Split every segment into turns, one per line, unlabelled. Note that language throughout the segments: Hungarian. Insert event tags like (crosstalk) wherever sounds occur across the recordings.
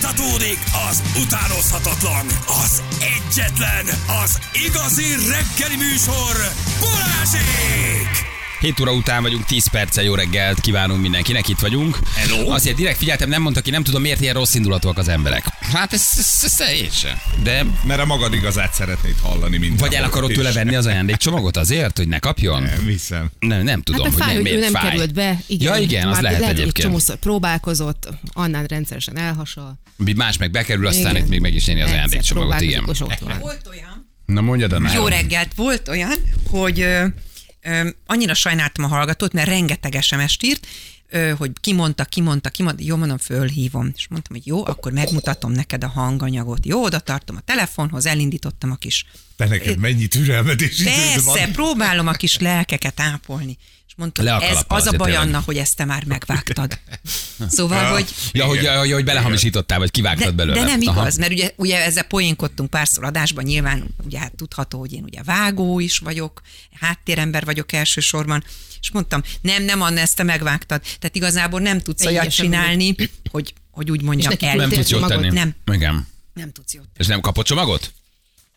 Folytatódik az utánozhatatlan, az egyetlen, az igazi reggeli műsor, Balázsék!
7 óra után vagyunk, 10 perccel jó reggelt kívánunk mindenkinek, itt vagyunk.
Hello.
Azért direkt figyeltem, nem mondta ki, nem tudom miért ilyen rossz indulatúak az emberek. Hát ez, ez, ez, ez én sem. De
Mert a magad igazát szeretnéd hallani minden.
vagy el akarod tőle venni az ajándékcsomagot azért, hogy ne kapjon?
Nem hiszem.
Nem, nem tudom,
hát meg
hogy
fáj,
mi-
hogy ő
miért
nem
fáj.
került be. Igen,
ja igen, az
már
lehet,
lehet hogy
egyébként.
Csomószor próbálkozott, annál rendszeresen elhasal.
Míg Más meg bekerül, aztán
Igen.
itt még meg is nyeri az
Egyszer
ajándékcsomagot, igen.
próbálkozik, és ott van.
Volt olyan.
Na mondjad a
Jó reggelt, volt olyan, hogy ö, ö, annyira sajnáltam a hallgatót, mert rengeteg SMS-t írt, ö, hogy kimondta, kimondta, kimondta, jó, mondom, fölhívom. És mondtam, hogy jó, akkor megmutatom neked a hanganyagot. Jó, oda tartom a telefonhoz, elindítottam a kis
Te neked mennyi türelmed és időd
Persze,
van.
próbálom a kis lelkeket ápolni. És mondtam,
Le a
ez
kalappal
az a
azért
baj
tényleg.
annak, hogy ezt te már
(laughs)
megvágtad. Szóval, hogy...
Ja, hogy,
Igen.
ja, hogy belehamisítottál, vagy
De,
kivágtad belőle.
de nem
Aha.
igaz, mert ugye, ugye ezzel poénkodtunk párszor adásban, nyilván ugye hát tudható, hogy én ugye vágó is vagyok, háttérember vagyok elsősorban, és mondtam, nem, nem Anna, ezt te megvágtad. Tehát igazából nem tudsz
Egy
olyat
ilyesem
csinálni, hogy, hogy úgy mondjam,
neki
el.
Nem
Tényleg
tudsz jót
csomagot?
tenni.
Nem,
Igen.
nem tudsz jót.
És nem kapott csomagot?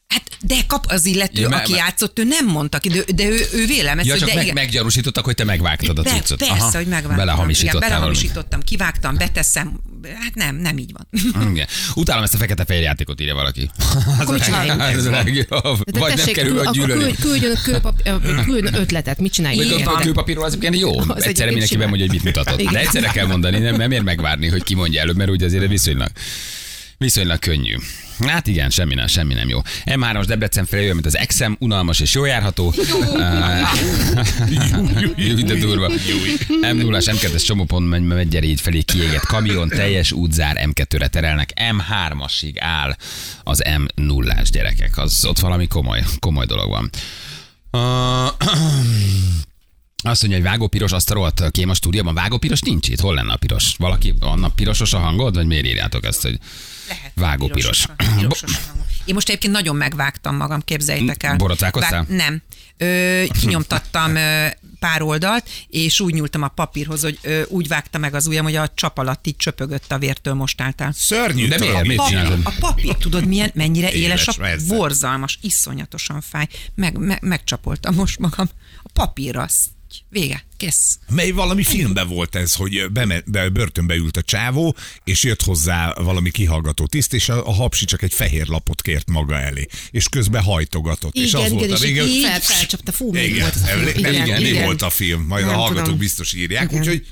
Hát, de kap az illető,
Ja,
ja,
mert-
aki
mert-
játszott, ő nem mondta ki, de, de ő, ő vélemez,
Ja,
hogy
csak
de
meg,
igen.
meggyanúsítottak, hogy te megvágtad a
Be,
cuccot.
persze,
Aha.
hogy megvágtam.
Belehamisítottál
Igen,
valamit.
belehamisítottam, kivágtam, beteszem. Hát nem, nem így van.
Hm, Igen. Utálom ezt a fekete-fehér játékot, írja valaki.
Akkor
(laughs)
mit csináljunk?
Ez a legjobb.
De
Vagy nem
tessék,
kerül a
akkor
gyűlölni.
küld- Küldjön, kőpap- ö, küldjön ötletet, mit csináljuk?
Mikor
Igen.
a kőpapírról az egyébként jó.
Az
Egyszerre
egyébként
mindenki
simán.
bemondja, hogy mit mutatott. De
Igen.
egyszerre kell mondani, nem, nem ér megvárni, hogy ki mondja előbb, mert ugye azért viszonylag, viszonylag könnyű. Hát igen, semmi nem, semmi nem jó. M3-as Debrecen felé jön, mint az Exem, unalmas és jó járható. Júj, de durva. M0-as, M2-es csomópont megy, megy gyere így felé, kiégett kamion, teljes útzár, M2-re terelnek, M3-asig áll az M0-as gyerekek. Az ott valami komoly, komoly dolog van. Ö, Azt mondja, hogy vágópiros, azt a rohadt kém a stúdióban. Vágópiros nincs itt. Hol lenne a piros? Valaki, annak pirosos a hangod? Vagy miért írjátok ezt, hogy
Lehet.
Vágópiros.
pirosos- pirosos a hangom. Én most egyébként nagyon megvágtam magam, képzeljétek el.
Borotvákoztál?
Vág- Nem. Ö, kinyomtattam ö, pár oldalt, és úgy nyúltam a papírhoz, hogy ö, úgy vágta meg az ujjam, hogy a csap alatt így csöpögött a vértől most álltál.
Szörnyű
De miért?
tragédia.
Mit
Papír,
csináltad?
a papír, tudod milyen, mennyire
Éles,
éles, a
persze.
borzalmas, iszonyatosan fáj. Meg, me, megcsapoltam most magam. A papírra, azt- vége, kész.
Mely valami filmben volt ez, hogy be, be, börtönbe ült a csávó, és jött hozzá valami kihallgató tiszt, és a, a hapsi csak egy fehér lapot kért maga elé, és közben hajtogatott. és
Igen,
az
igen,
volt a
és
vége,
így
hogy-
fel- felcsapta. Fú, még
igen,
volt az a film.
emlé-
Igen,
igen, mi
igen.
volt a film, majd
Nem
a hallgatók
tudom.
biztos írják,
Igen.
úgyhogy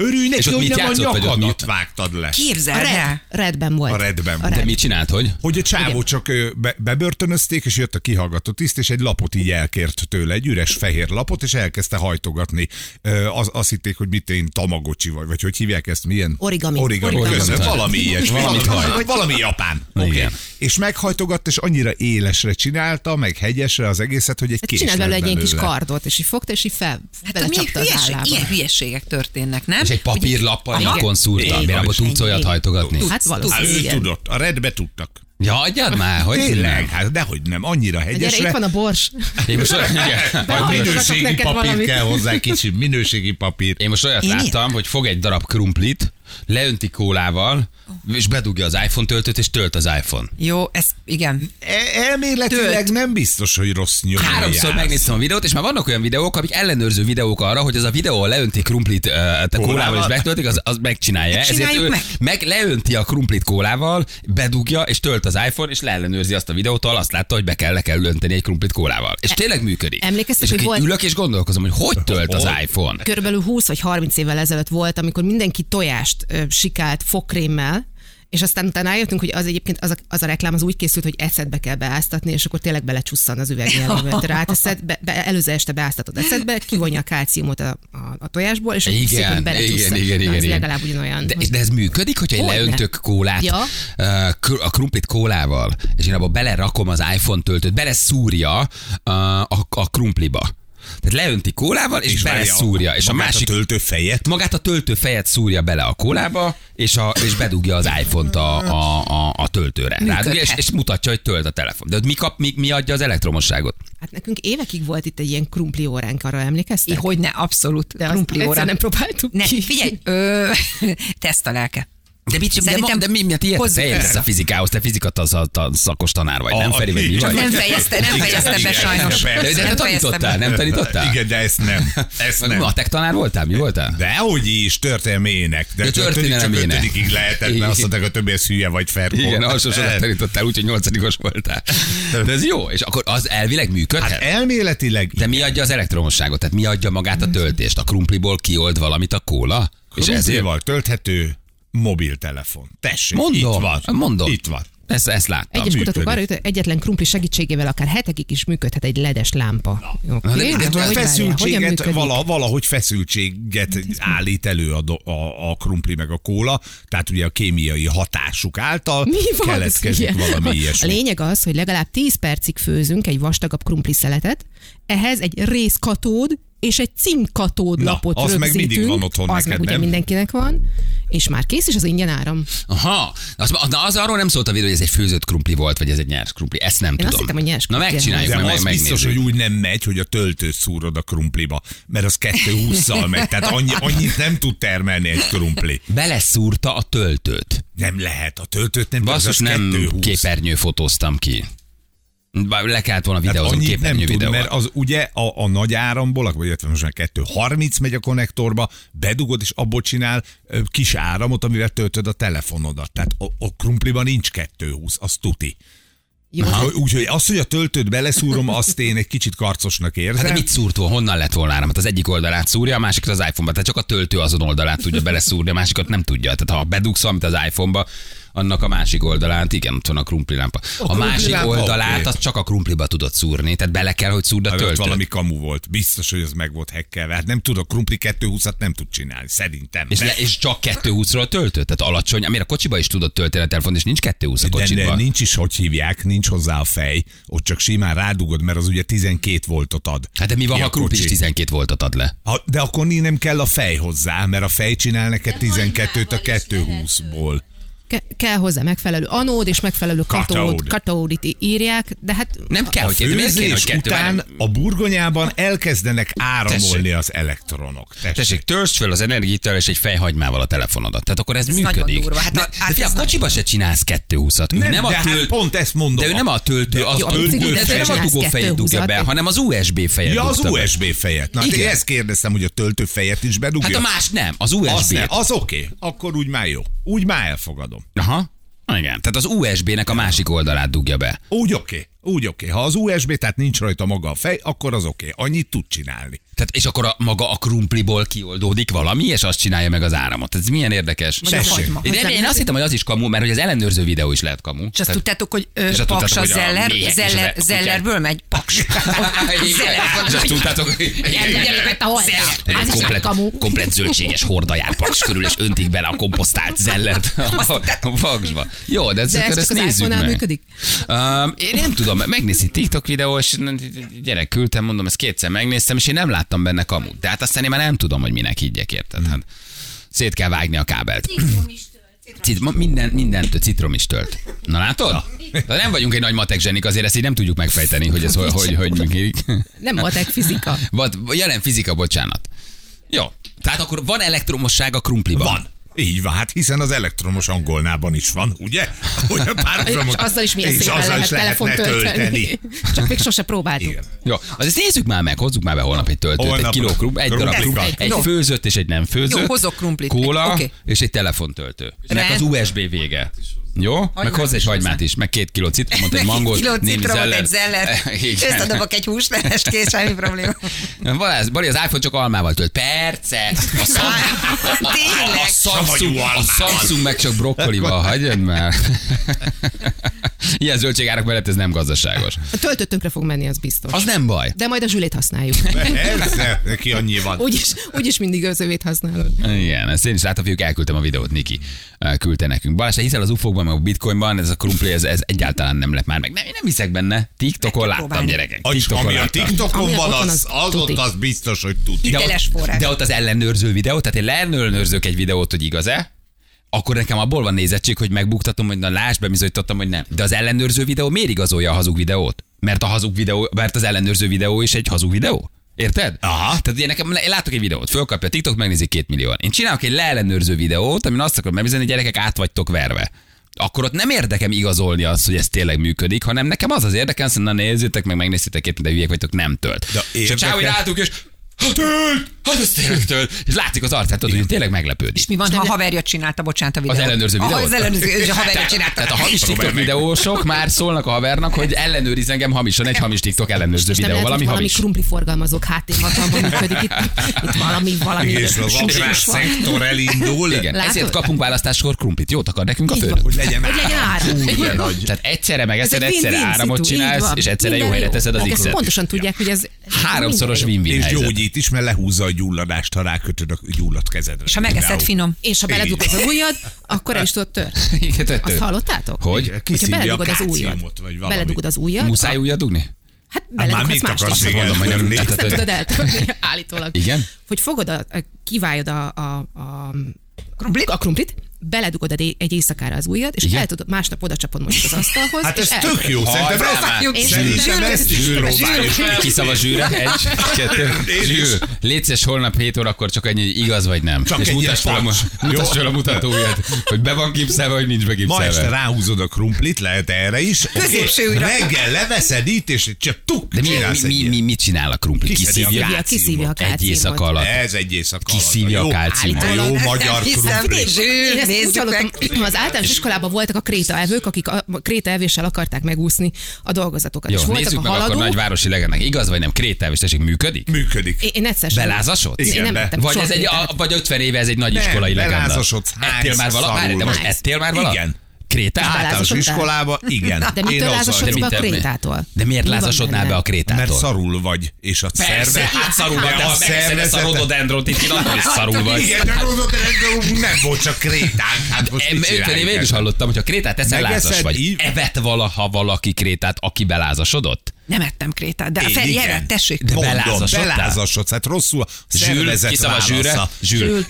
örülj
És
neki,
ott
hogy
mit
nem a
játszott, vagy ott
nyakadat
mit?
vágtad le.
A Hát,
Képzeld
Red,
el!
Redben volt.
A Redben.
A
De
Te
Red.
mit csinált, hogy?
Hogy a csávó csak ö, be, bebörtönözték, és jött a kihallgató tiszt, és egy lapot így elkért tőle, egy üres fehér lapot, és elkezdte hajtogatni. Ö, Az, azt hitték, hogy mit én tamagocsi vagy, vagy hogy hívják ezt, milyen?
Origami.
Origami,
Origami.
köszönöm, valami ilyes.
Valamit
Valami,
hajt.
valami, valami japán. Okay.
Igen.
És meghajtogatt, és annyira élesre csinálta, meg hegyesre az egészet, hogy egy kés
Csinált Hát belőle
lett
egy ilyen kis
belőle.
kardot, és így fogta, és így fel,
Hát a milyen,
belecsapta az
hülyeség,
állába.
ilyen hülyeségek történnek, nem?
És egy papírlappal
Hogy- Aha.
nyakon szúrta.
Igen.
Miért abban tudsz olyat hajtogatni?
Hát
Hát ő
valószínűleg. igen.
tudott, a redbe tudtak.
Ja, adjad már, hogy
Tényleg,
tényleg.
hát dehogy nem, annyira
Gyere, itt
hegyesre.
van a bors.
Én most, igen,
(laughs) A
hajtogatok
minőségi
neked
papír
valamit.
kell hozzá,
(laughs)
kicsi minőségi papír.
Én most olyat
Én
láttam, hogy fog egy darab krumplit, leönti kólával, és bedugja az iPhone töltőt, és tölt az iPhone.
Jó, ez igen.
E- Elméletileg
Tölt.
nem biztos, hogy rossz nyomja.
Háromszor megnéztem a videót, és már vannak olyan videók, amik ellenőrző videók arra, hogy ez a videó, ahol leönti krumplit ö, a kólával, és megtöltik, az, az megcsinálja.
Hát csináljuk
ő
meg.
meg leönti a krumplit kólával, bedugja, és tölt az iPhone, és leellenőrzi azt a videót, ahol azt látta, hogy be kell, le kell önteni egy krumplit kólával. És tényleg működik.
E- Emlékeztek,
és
hogy
akkor
volt-
ülök és gondolkozom, hogy hogy tölt az iPhone.
Körülbelül 20 vagy 30 évvel ezelőtt volt, amikor mindenki tojást ö, sikált fokrémmel, és aztán utána rájöttünk, hogy az egyébként az a, az a reklám az úgy készült, hogy eszedbe kell beáztatni, és akkor tényleg belecsusszan az üvegnyelvbe. Ráteszed, be, be, előző este beáztatod eszedbe, kivonja a kálciumot a, a, a tojásból, és akkor
Igen,
szépen
igen,
belecsusszan.
igen, igen,
Na,
igen,
ez
igen.
legalább ugyanolyan.
De,
hogy-
de ez működik, hogyha én
Hogyne.
leöntök kólát,
Ja.
ö, kr- a krumplit kólával, és én abba belerakom az iPhone töltőt, beleszúrja ö, a, a krumpliba. Tehát leönti kólával, és, és
várja
beleszúrja. És a
magát
másik
A töltő fejet.
magát a töltő fejet szúrja bele a kólába, és, a, és bedugja az iPhont a, a, a, a töltőre. Rádugja, és, és, mutatja, hogy tölt a telefon. De hogy mi, kap, mi, mi adja az elektromosságot?
Hát nekünk évekig volt itt egy ilyen krumpli óránk, arra
Én
emlékeztek?
hogy ne, abszolút.
de azt
krumpli
egyszer
óra.
nem próbáltuk
Ne,
ki.
figyelj, ö, (laughs) teszt a lelke.
De, mit, de, ma,
Szerintem
de mi miatt ilyet?
hozzuk
Te értesz
fel.
a fizikához, te fizika ta- ta- ta- szakos tanár vagy, nem
A-
Feri, vagy mi
így.
vagy?
Nem fejezte, nem fejezte be
Igen,
sajnos.
persze.
De, de nem
fejezte
tanítottál,
be.
nem tanítottál?
Igen, de ezt nem. Ezt
Nem.
nem.
Matek tanár voltál? Mi voltál?
Dehogy is, történelmének. De
Ja,
történik csak
történelmének.
ötödikig lehetett, mert azt mondták, a többi ez hülye vagy ferkó.
Igen, alsó sokat
Hát,
tanítottál, úgyhogy nyolcadikos voltál. De ez jó, és akkor az elvileg működhet?
Hát elméletileg
de mi adja az elektromosságot? Tehát mi adja magát a töltést? A krumpliból kiold valamit a kóla? És ezért?
Krumplival tölthető mobiltelefon. Tessék,
Mondom,
itt van.
mondom.
Itt van.
Ezt, ezt láttam.
Egyes
működik.
kutatók arra jutott, egyetlen krumpli segítségével akár hetekig is működhet egy ledes lámpa. Oké,
de- de-
hát
A
de-
hogy
hogy
várjál, hogyan
feszültséget,
működik?
vala, valahogy feszültséget állít elő a, do- a, a krumpli meg a kóla, tehát ugye a kémiai hatásuk által
Mi van?
keletkezik
Igen.
valami
A
ilyesmi.
lényeg az, hogy legalább 10 percig főzünk egy vastagabb krumpli szeletet, ehhez egy részkatód és egy címkatód
Na,
lapot
az meg
rögzítünk.
mindig van otthon
Az
neked,
meg ugye
nem?
mindenkinek van, és már kész, és az ingyen áram.
Aha, az, na az arról nem szólt a videó, hogy ez egy főzött krumpli volt, vagy ez egy nyers krumpli. Ezt nem
Én
tudom.
azt hittem, hogy nyers
Na
krumpli.
megcsináljuk,
De
meg,
az
meg,
biztos,
megnézzük.
hogy úgy nem megy, hogy a töltőt szúrod a krumpliba, mert az 220-szal megy, tehát annyi, annyit nem tud termelni egy krumpli.
Beleszúrta a töltőt.
Nem lehet, a töltőt nem
Basszus,
az
nem
220.
képernyő fotóztam ki. Bár Le kellett volna
Hát
videózom,
annyit nem
képernyő
tud,
videó.
mert az ugye a, a nagy áramból, vagy illetve most már 230 megy a konnektorba, bedugod és abból csinál ö, kis áramot, amivel töltöd a telefonodat. Tehát a, a krumpliban nincs 220, az tuti.
Jó,
Ha-
hát
Úgyhogy az, hogy a töltőt beleszúrom, azt én egy kicsit karcosnak
Hát de
érzem.
mit szúrt volna? Honnan lett volna áram? Hát az egyik oldalát szúrja, a másikat az iPhone-ba. Tehát csak a töltő azon oldalát tudja beleszúrni, a másikat nem tudja. Tehát ha bedugsz valamit az iPhone-ba, annak a másik oldalát, igen, ott van a krumplilámpa. A, a
krumpli
másik
lámpa,
oldalát
oké.
az csak a krumpliba tudod szúrni, tehát bele kell, hogy szúrd a
Hát ott
töltőt.
valami kamu volt. Biztos, hogy ez meg volt hekkelve. Hát nem tudok, krumpli 220-at nem tud csinálni, szerintem.
És,
De-
le, és csak 220-ról töltött, tehát alacsony, amire a kocsiba is tudod tölteni a telefon, és nincs 220 a
de, de
kocsiban.
nincs is, hogy hívják, nincs hozzá a fej, ott csak simán rádugod, mert az ugye 12 voltot ad.
Hát de mi van,
Ki
ha a krumpli is
kocsi?
12 voltat ad le?
Ha, de akkor né- nem kell a fej hozzá, mert a fej csinál neked 12-t a 220-ból.
ke- kell hozzá megfelelő anód és megfelelő katód,
Katód.
katódit í- írják, de hát
Nem kell,
A
hogy kettő, miért kéne, hogy
főzés
kettő?
után
Várj.
a burgonyában elkezdenek áramolni
Tessék.
az elektronok.
Tessék, törzs föl az energiától és egy fejhagymával a telefonodat. Tehát akkor ez,
Ez nagyon
működik.
durva. Hát
de,
a-
de
hát
figyelj,
ez
a
nagyon-
kocsiba se csinálsz 220-at. Ő
Nem,
a
de hát
tölt-
pont ezt mondom.
De ő nem a töltő, az
a
a
töltő
töltő, de
fejet.
nem a dugó fejét dugja be,
220-at.
hanem az USB fejet
Ja, az
dugta be.
USB fejet. Na, hát én
Igen.
ezt kérdeztem, hogy a töltő fejet is
Hát
bedugja.
a más nem, az USB.
az, ne,
-t.
az oké, okay. akkor úgy már jó. Úgy már elfogadom.
Aha. Igen, tehát az USB-nek a másik oldalát dugja be.
Úgy oké, okay. úgy oké. Okay. Ha az USB, tehát nincs rajta maga a fej, akkor az oké. Okay. Annyit tud csinálni.
Tehát, és akkor a, maga a krumpliból kioldódik valami, és azt csinálja meg az áramot. Ez milyen érdekes.
Vagy a
Tessék.
hagyma.
Én,
Hogy
nem,
nem-
én azt hittem, hogy az is kamu, mert hogy az ellenőrző videó is lehet kamu.
És azt
Tehát-
tudtátok, hogy ö,
És azt tudtátok,
Paks a
hogy a
Zeller,
méhek és az
Zeller,
a-
Zellerből megy
(laughs)
Paks.
Igen, és azt tudtátok, hogy...
Gyerek, a holtát.
Egy
Az is egy kamu.
komplet, komplet zöldséges horda jár paks körül, és öntik bele a komposztált zellert a paksba. Jó, de,
De ez
akkor
csak
ezt
az
nézzük
iPhone-nál
meg.
működik?
Um, én nem tudom, megnézi TikTok videó, és gyerek küldtem, mondom, ezt kétszer megnéztem, és én nem láttam benne kamut. De hát aztán én már nem tudom, hogy minek higgyek, érted? Hát, szét kell vágni a kábelt. Cit- ma- minden, mindent citrom is tölt. Na látod? De nem vagyunk egy nagy matek zsenik, azért ezt így nem tudjuk megfejteni, hogy ez hogy, hogy, hogy működik.
nem matek fizika.
Vagy jelen fizika, bocsánat. Jó. Tehát akkor van elektromosság a krumpliban.
Van. Így van, hát hiszen az elektromos angolnában is van, ugye? Hogy a
És
párhuzamot-
azzal is milyen
és
szépen
azzal
lehet
is lehetne
telefon tölteni.
tölteni.
Csak még sose próbáltuk.
Igen.
Jó, azért nézzük már meg, hozzuk már be holnap egy töltőt,
Holnap
egy kiló krumpli, egy darab
krumplika.
krumpli, egy
Jó.
főzött és egy nem főzött.
Jó, hozok krumplit.
Kóla
Oké.
és egy telefontöltő. Nek az
Rend.
USB vége. Jó? meg hozzá egy
is
hagymát
hozzá.
is, meg két kiló citromot, egy mangót,
kiló
némi
citromot,
zellert.
egy zeller.
(laughs) Igen.
Összedobok egy húslevest, kész,
(laughs)
semmi probléma.
Balázs, Bari, az iPhone csak almával tölt. Perce! A, szam... a,
Tényleg?
a, Samsung,
Savanyú
a
almával.
Samsung meg csak brokkolival, hagyjad már. Ilyen zöldségárak mellett ez nem gazdaságos.
A töltő tönkre fog menni, az biztos.
Az nem baj.
De majd a zsülét
(laughs)
használjuk.
Persze, neki annyi van.
Úgyis, úgyis mindig az övét használod.
Igen, ezt én is láttam, fiúk, elküldtem a videót, Niki eh, küldte nekünk. Balázs, te hiszel az ufókban, meg a bitcoinban, ez a krumpli, ez, ez egyáltalán nem lett már meg. Nem, én nem hiszek benne. TikTokon láttam,
próbálni.
gyerekek.
Az,
TikTokon
ami a
láttam.
TikTokon
Ami
van,
ott van,
az,
az
az ott
tuti.
az biztos, hogy tuti.
De
Hiteles
ott,
forrás.
de ott az ellenőrző videó, tehát én leellenőrzök egy videót, hogy igaz-e, akkor nekem abból van nézettség, hogy megbuktatom, hogy na lásd, bebizonyítottam, hogy nem. De az ellenőrző videó miért igazolja a hazug videót? Mert a hazug videó, mert az ellenőrző videó is egy hazug videó? Érted? Aha. Tehát ugye nekem, én látok egy videót, fölkapja a TikTok, megnézi két millióan. Én csinálok egy leellenőrző videót, amin azt akarom megbizonyítani, hogy gyerekek át vagytok verve akkor ott nem érdekem igazolni azt, hogy ez tényleg működik, hanem nekem az az érdekem, hogy na nézzétek, meg megnéztétek két, de hülyek vagytok, nem tölt.
De
és a csávó
érdekel-
rátuk, és hát tölt, hát ez tényleg tölt. És látszik az arcát, tudod, hogy tényleg meglepődik.
És mi van, ha a haverja csinálta, bocsánat, a videót?
Az ellenőrző videót?
Aha, Az
(laughs)
ellenőrző, és a haverja
Tehát-
csinálta.
Tehát a hamis TikTok
Próbálj meg.
videósok már szólnak a havernak, hogy ellenőriz engem hamisan egy hamis TikTok ellenőrző
És nem
videó,
lehet,
valami
hogy valami
hamis.
krumpli forgalmazók háttérhatalban működik itt, itt valami, valami.
És az
suszus
agrár
van.
szektor elindul.
Igen,
Látod?
ezért kapunk választáskor krumplit. Jót akar nekünk a
Így van.
főnök.
Hogy legyen
Hogy legyen áram.
Ugye nagy.
Tehát egyszerre megeszed,
egy
egyszerre
win-win
áramot
szitu, így
csinálsz,
van.
és egyszerre jó
Minden
helyre teszed az
Ők ezt
X-et.
Pontosan tudják, hogy ez
Háromszoros
minden jó.
win-win
És
helyzet.
gyógyít is, mert lehúzza a gyulladást, ha rákötöd a gyulladt kezedre.
És ha megeszed finom.
És ha beledugod az ujjad, akkor el is tudod törni.
(laughs) Igen, tehát
Azt
ő-
hallottátok?
Hogy?
Hogyha
Kiszívja a
beledugod az
kálciumot,
ujjad.
vagy valami.
Beledugod az ujjad.
Muszáj újra dugni?
Hát
már
beledughatsz
mit
mást
akarsz
is. szóval
Azt mondom, hogy nem.
Igen.
Tehát,
Nem
hogy-
tudod eltörni, állítólag.
Igen?
Hogy fogod, a, a- kiválod a, a, a,
Krumplit?
a krumplit, beledugod egy- egy éjszakára az ujjad, és
Igen?
el tudod, másnap oda csapod mondjuk az asztalhoz.
Hát
és
ez
el-
tök jó, szerintem
Hajrá
ezt-
már.
Én
szerintem
szerintem-
ezt is próbáljuk.
Kiszava zsűre, egy, kettő, zsű. Létszes holnap 7 órakor csak ennyi, hogy igaz vagy nem.
Csak
és
egy
mutasd fel,
ilyen
a, mu-
taps.
mutasd
Jó.
fel a mutatóját, hogy be van gipszelve, vagy nincs be
Ma este
gipszelve.
ráhúzod a krumplit, lehet erre is. oké?
Középső ujjra.
Reggel leveszed itt, és csak tuk,
De mi,
csinálsz egy
mi, mi,
ilyet.
mi, mit csinál a krumpli?
Kiszedi a E-
Kiszívja,
Ja, kiszívja a
egy
kálciumot.
éjszaka alatt.
Ez egy éjszaka alatt.
Kiszívja a
Jó,
kálciumot.
a Jó
Nem
magyar
hiszem,
krumplit.
Zsűr,
Én ezt úgy
nézzük meg.
hallottam, az általános iskolában voltak a krétaevők, akik a a krétaevéssel akarták megúszni a dolgozatokat. és
Jó,
voltak
nézzük
a
meg akkor
haladók.
nagyvárosi legendák. Igaz vagy nem? Krétáv és tessék, működik?
Működik.
Én- Én egyszer sem.
Belázasod?
Én
Igen,
nem
be.
ettem
Vagy,
soha
ez egy,
krétát.
a, vagy 50 éve ez egy nagy
Nem,
iskolai legenda.
belázasodsz,
Ettél már
hányszor
valamit? Várj, de most
szarul.
ettél már valamit?
Igen.
Krétát?
Általános
lázasodtál?
iskolába, igen.
De mitől
Én azzal-
lázasodsz
De
be
mit-
a
mit-
krétától?
De miért
Mi van
lázasodnál
benne?
be a krétától?
Mert szarul vagy, és a
Persze,
szerve...
hát szarul vagy,
De
de
a
ha megeszed a
szervezeted-
rododendrot, itt akkor is szarul vagy.
Igen, de gondolod, de nem volt csak krétánk. Hát most
Em,
mit
50
csináljuk
éve én is
ezzel?
hallottam, hogy ha krétát eszel,
Megeszed,
lázas vagy.
így-
Evet valaha valaki krétát, aki belázasodott?
Nem ettem krétát, de a
Én
Feri
igen.
erre, tessék.
De
Mondom,
belázasodtál?
Belázasodsz, hát rosszul a szervezet
kiszab a
válasza.
zsűre. Zsűl.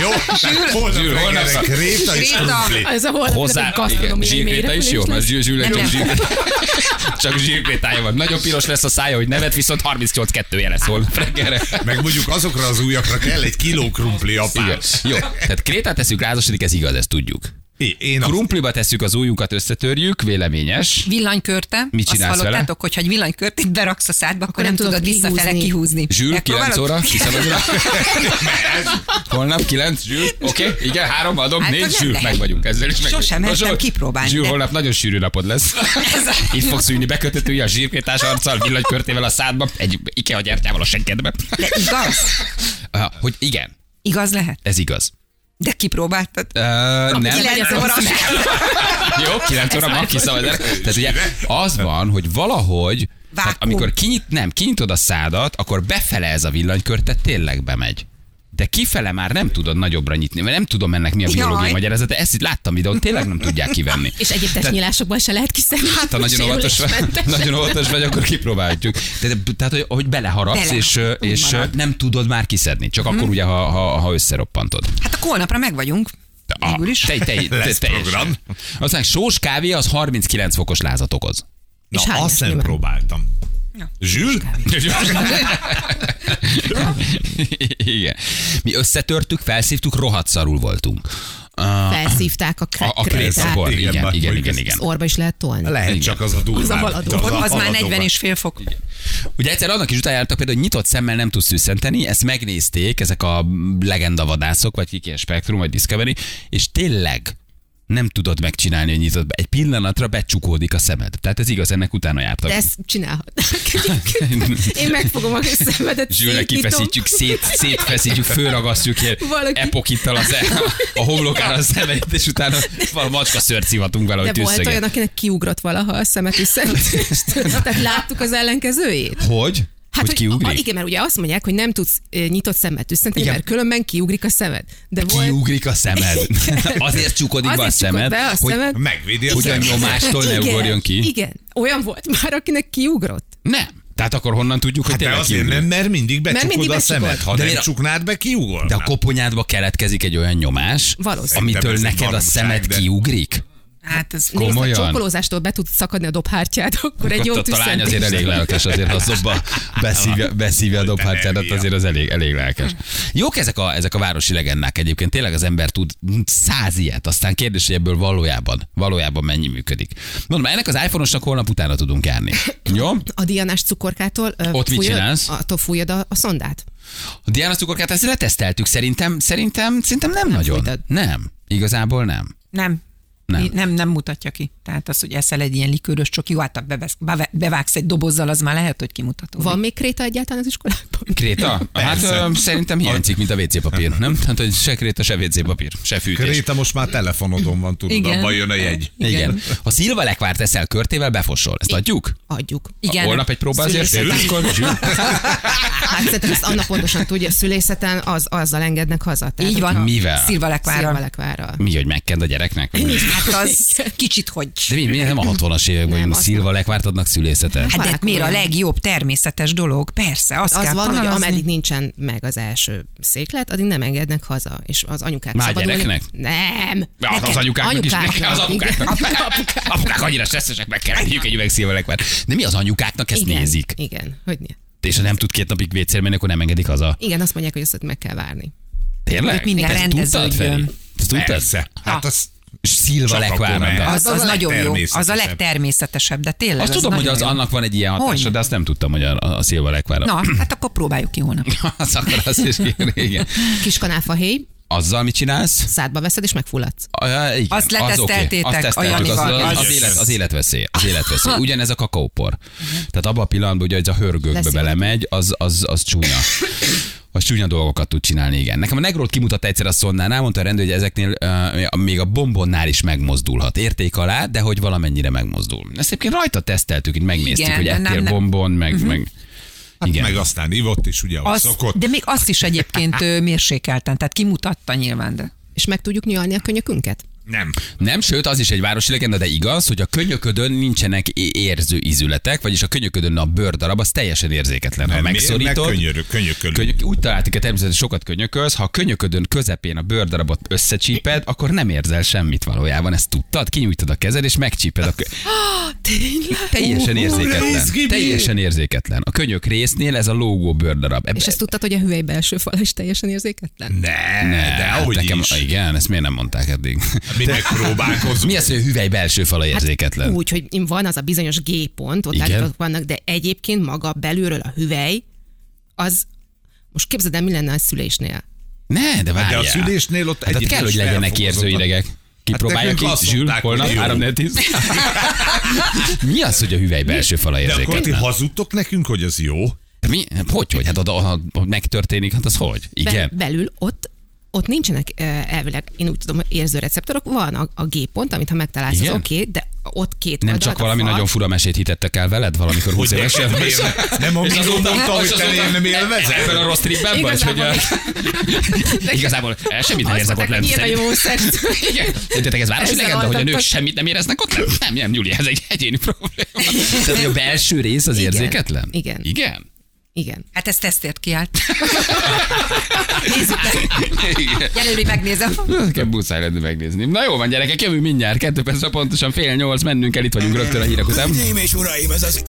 Jó,
Zsűl,
holnap
holnap
reggel
szak-
kréta és
Kréta.
krumpli.
Ez a holnap
Hozzá, igen, zsírkréta is jó, mert zsír, zsír,
Nem,
csak
nem.
zsírkréta. Csak zsírkrétája van. Nagyon piros lesz a szája, hogy nevet, viszont 38-2 jele szól reggelre.
Meg mondjuk azokra az újakra kell egy kiló krumpli apám.
Igen. Jó, tehát krétát teszünk, rázasodik, ez igaz, ezt tudjuk.
É- Én azt
Krumpliba tesszük az újunkat, összetörjük, véleményes.
villanykörte.
Mit
Azt
csinálsz vele?
hallottátok, hogy ha egy villanykört itt beraksz a szádba, akkor, nem, tudod visszafele kihúzni.
Zsűr,
Megpróbálod?
9 óra, kiszabadulok.
(laughs)
Holnap 9, zsűr, oké, okay, igen, három adom,
Hát,
négy
nem
zsűr,
lehet.
meg vagyunk ezzel is. Meg...
Sosem mertem
Zsűr,
kipróbálni,
Zsűr,
de-
holnap nagyon sűrű napod lesz.
Ez-
Itt fogsz ülni bekötetője a zsírkétás arccal, villanykörtével a szádba, egy ikea gyertyával a senkedbe.
De igaz?
Ah, Hogy igen,
Igaz lehet?
ez igaz.
De kipróbáltad.
Uh, nem.
Kilenc óra.
Jó, 9 óra van kiszabadulok. Tehát ugye az van, hogy valahogy, tehát
Vákum.
amikor kinyit, nem, kinyitod a szádat, akkor befele ez a villanykör, tehát tényleg bemegy. De kifele már nem tudod nagyobbra nyitni, mert nem tudom ennek mi a biológiai
Jaj.
magyarázata. Ezt itt láttam videón, tényleg nem tudják
(laughs)
kivenni.
És egyéb testnyílásokban se lehet kiszedni.
Hát, ha nagyon óvatos, vagy, (laughs) nagyon óvatos vagy, akkor kipróbáljuk. Tehát, tehát hogy, hogy beleharapsz,
Bele.
és,
Úgy
és
marad. Mhm.
nem tudod már kiszedni. Csak akkor ugye, ha, ha, ha összeroppantod.
Hát a holnapra meg vagyunk. Végül is.
Te, te, te,
Lesz
teljesen.
program.
Aztán sós kávé az 39 fokos lázat okoz.
És
Na,
hányas
azt nem
nyilván?
próbáltam.
Ja.
Zsül?
Igen. Mi összetörtük, felszívtuk, rohadt szarul voltunk. A,
Felszívták a
a, a
krétát.
krészakor.
Hát Igen,
Igen,
bár
igen,
mondjuk
igen,
ez-
igen.
Orba is lehet tolni.
Lehet
Igen.
csak az a durvább.
Az a valadó.
Ott az már 40
is.
és fél fok.
Ugye egyszer annak is utána jártak például, hogy nyitott szemmel nem tudsz tüsszenteni, ezt megnézték ezek a legendavadászok, vagy kik ilyen Spektrum, vagy Discovery, és tényleg nem tudod megcsinálni, hogy nyitott be. Egy pillanatra becsukódik a szemed. Tehát ez igaz, ennek utána jártak.
De
(laughs)
ezt csinálhatnak. (laughs) Én megfogom a szemedet,
Zsűrre
szétítom.
kifeszítjük, szét, szétfeszítjük, fölragasztjuk ilyen
Valaki-
epokittal az, a homlokára a szemeit, és utána val macska szört szivatunk vele, hogy
De volt olyan,
tüsszeget.
akinek kiugrott valaha a szemet is szentést. Tehát láttuk az ellenkezőjét?
Hogy? Hát, hogy
a,
kiugrik?
ah, igen, mert ugye azt mondják, hogy nem tudsz ö, nyitott szemet tüsszenteni,
Igen.
mert különben kiugrik a szemed. De volt,
Kiugrik a szemed. (laughs) Azért csukódik be a
azért csukott
szemed,
be a
hogy
szemed,
Megvédi a Hát
Ugye a
szemed.
nyomástól ne ugorjon ki.
Igen, olyan volt már, akinek kiugrott.
Nem. Tehát akkor honnan tudjuk, hogy
Hát de
tényleg
azért
kiugrik?
nem, mert mindig becsukod
mindig
a
becsukod.
szemed. Ha
De miért
nem
a-
csuknád be,
De a
kiugolnád.
koponyádba keletkezik egy olyan nyomás,
Valószínű.
amitől
Szerintem ez egy
neked a
baromság,
szemed
de-
kiugrik?
Hát ez
Komolyan?
Nézd, a csókolózástól be tud szakadni a dobhártyád, akkor egy jó
Ott a lány azért elég lelkes, azért ha szobba beszívja, beszívja a dobhártyádat, azért az elég, elég lelkes. Jók ezek a, ezek a városi legendák egyébként, tényleg az ember tud száz ilyet, aztán kérdés, hogy ebből valójában, valójában mennyi működik. Mondom, ennek az iPhone-osnak holnap utána tudunk járni. Jó?
A dianás cukorkától ö,
Ott mit
fújod-
csinálsz?
Attól fújod a, a szondát.
A Diana cukorkát ezt leteszteltük, szerintem, szerintem, szerintem nem, nem nagyon.
fújtad.
Nem, igazából nem.
Nem.
Nem.
Nem. nem. nem mutatja ki. Tehát az, hogy eszel egy ilyen likőrös csak jó, hát ha bevesz- beve- bevágsz egy dobozzal, az már lehet, hogy kimutató.
Van még kréta egyáltalán az iskolákban?
Kréta? Hát
Persze.
ö, szerintem hiányzik, mint a WC papír, nem? Tehát, hogy se kréta, se WC papír, se fűtés.
Kréta most már telefonodon van, tudod,
Igen.
abban jön a jegy.
Igen. Ha szilvalekvárt eszel körtével, befosol. Ezt adjuk?
Adjuk.
Igen.
Holnap egy próba azért?
Szülészeten.
Tényleg?
Hát szerintem ezt Anna pontosan tudja, szülészeten az, azzal engednek haza. Tehát,
Így van.
Mivel?
Szilvalekvára.
Szilvalekvárral.
Mi, hogy megkend a gyereknek?
Hát
(laughs)
az kicsit hogy.
De mi, mi nem a 60-as években
Nem,
nem,
az
szilvalekvárt adnak szülészeten?
Hát de
Halálkom
miért a
olyan.
legjobb természetes dolog? Persze, azt
Az
kell
van, hogy
kanalazni.
ameddig nincsen meg az első széklet, addig nem engednek haza, és az anyukák
Már
szabadulni-
gyereknek?
Nem.
Ja, Hát az
Neked.
anyukáknak is,
Anyukáknak.
nekem az
Igen.
apukáknak. Apukák, apukák annyira stresszesek, meg kell enniük egy üveg szilvalekvárt. De mi az anyukáknak ezt
Igen.
nézik?
Igen, hogy ne.
És ha nem tud két napig vécél menni, akkor nem engedik haza.
Igen, azt mondják, hogy azt meg kell várni.
Tényleg?
Ők minden
Te ezt tudtad,
rendeződjön.
Feri? Ezt tudtad?
Persze. Hát az
Szilvalekvárt.
Csak akkor
Az, az,
Az a
nagyon jó. Az a
legtermészetesebb.
legtermészetesebb, de tényleg.
Azt
az
tudom, hogy
nagyon
az
jó.
annak van egy ilyen hatása,
Hogy?
de azt nem tudtam, hogy a, a szilvalekvára.
Na, hát akkor próbáljuk ki holnap.
(laughs) Az akkor azt is kéne, igen.
Kis kanálfahéj,
Azzal mit csinálsz?
szádba veszed és megfulladsz.
A, igen,
Azt leteszteltétek
Az, okay. azt teszteltük, az,
a Janival.
az, az,
Az-
élet, az életveszély. Az
(laughs)
életveszély. Ugyanez a kakaópor. Tehát abban a pillanatban, ugye, hogy ez a hörgőkbe
Leszik.
belemegy, az, az, az csúnya. Az csúnya dolgokat tud csinálni, igen. Nekem a negrót kimutatta egyszer a szonnál, elmondta a rendőr, hogy ezeknél uh, még a bombonnál is megmozdulhat. Érték alá, de hogy valamennyire megmozdul. Ezt egyébként rajta teszteltük, így megnéztük,
Igen,
hogy
de nem-
ettél
nem- Mhm.
bombon, meg, meg
Hát
igen.
meg aztán ivott is, ugye, ahogy
Az,
szokott.
de még azt is egyébként ö, mérsékelten, tehát kimutatta nyilván, de
És meg tudjuk nyalni a könyökünket?
Nem.
Nem, sőt, az is egy városi legenda, de igaz, hogy a könyöködön nincsenek é- érző izületek, vagyis a könyöködön a bőrdarab, az teljesen érzéketlen. Ha
Nem, miért?
megszorítod,
Meg könyörök- könyökölünk.
könyök, úgy találtuk, hogy természetesen sokat könyökölsz, ha a könyöködön közepén a bőrdarabot összecsíped, akkor nem érzel semmit valójában, ezt tudtad, kinyújtod a kezed és megcsíped a kö... Teljesen érzéketlen. Teljesen érzéketlen. A könyök résznél ez a lógó bőrdarab. Ebbe,
És ezt tudtad, hogy a hüvely belső fal is teljesen érzéketlen?
Ne,
ne,
de ahogy
hát nekem,
is.
Igen, ezt miért nem mondták eddig?
Mi megpróbálkozunk.
Mi az, hogy a hüvely belső fala érzéketlen?
Úgy, hogy van az a bizonyos G pont, ott
Igen.
látok vannak, de egyébként maga belülről a hüvely, az most képzeld el, mi lenne a szülésnél.
Ne, de
Hát
várjál.
De a szülésnél ott
Hát ott
egyébként
kell, hogy
is
legyenek
felfogozott
érző
a-
idegek. Kipróbálja
Hát nekünk
ki,
azt
Zsül,
mondták,
holnap,
hogy jó.
3
(laughs)
4 10. Mi az, hogy a hüvely belső fala
De akkor ti
érzéketlen?
hazudtok nekünk, hogy az jó?
Mi? Hogy, hogy? Hát oda, ha megtörténik, hát az hogy?
Be-
Igen.
Belül ott ott nincsenek ö, elvileg, én úgy tudom, érzőreceptorok, van a, a G pont, amit ha megtalálsz, az
Igen?
oké, okay, de ott két
Nem
oldalt
csak
a
valami
fal-
nagyon fura mesét hitettek el veled valamikor 20
Hogy
évesen?
neked
És-
miért? Nem
és
amikor
azóta-
mondta, hogy
és
te
azóta-
én nem élvezed?
Ebben a rossz tripben vagy? Hogy
Igazából-
a- (laughs) Igazából eh, semmit nem
Azt
érzek ott
mondták,
lent.
hogy ilyen a jó szert.
(laughs) Igen. Szerintetek ez városi
Ezzel
legenda, hogy a nők
altattak.
semmit nem éreznek ott? Nem, nem, nem Gyuri, ez egy egyéni
(laughs)
probléma. Tehát, hogy a belső rész az
Igen.
érzéketlen?
Igen.
Igen?
Igen.
hát ezt tesztért kiállt. Nézzük meg.
Igen.
Jelölj, megnézem.
Nekem muszáj lenne megnézni. Na jó van, gyerekek, jövő mindjárt. Kettő perc, pontosan fél nyolc, mennünk el, itt vagyunk rögtön a hírek után.
Hölgyeim és uraim, ez az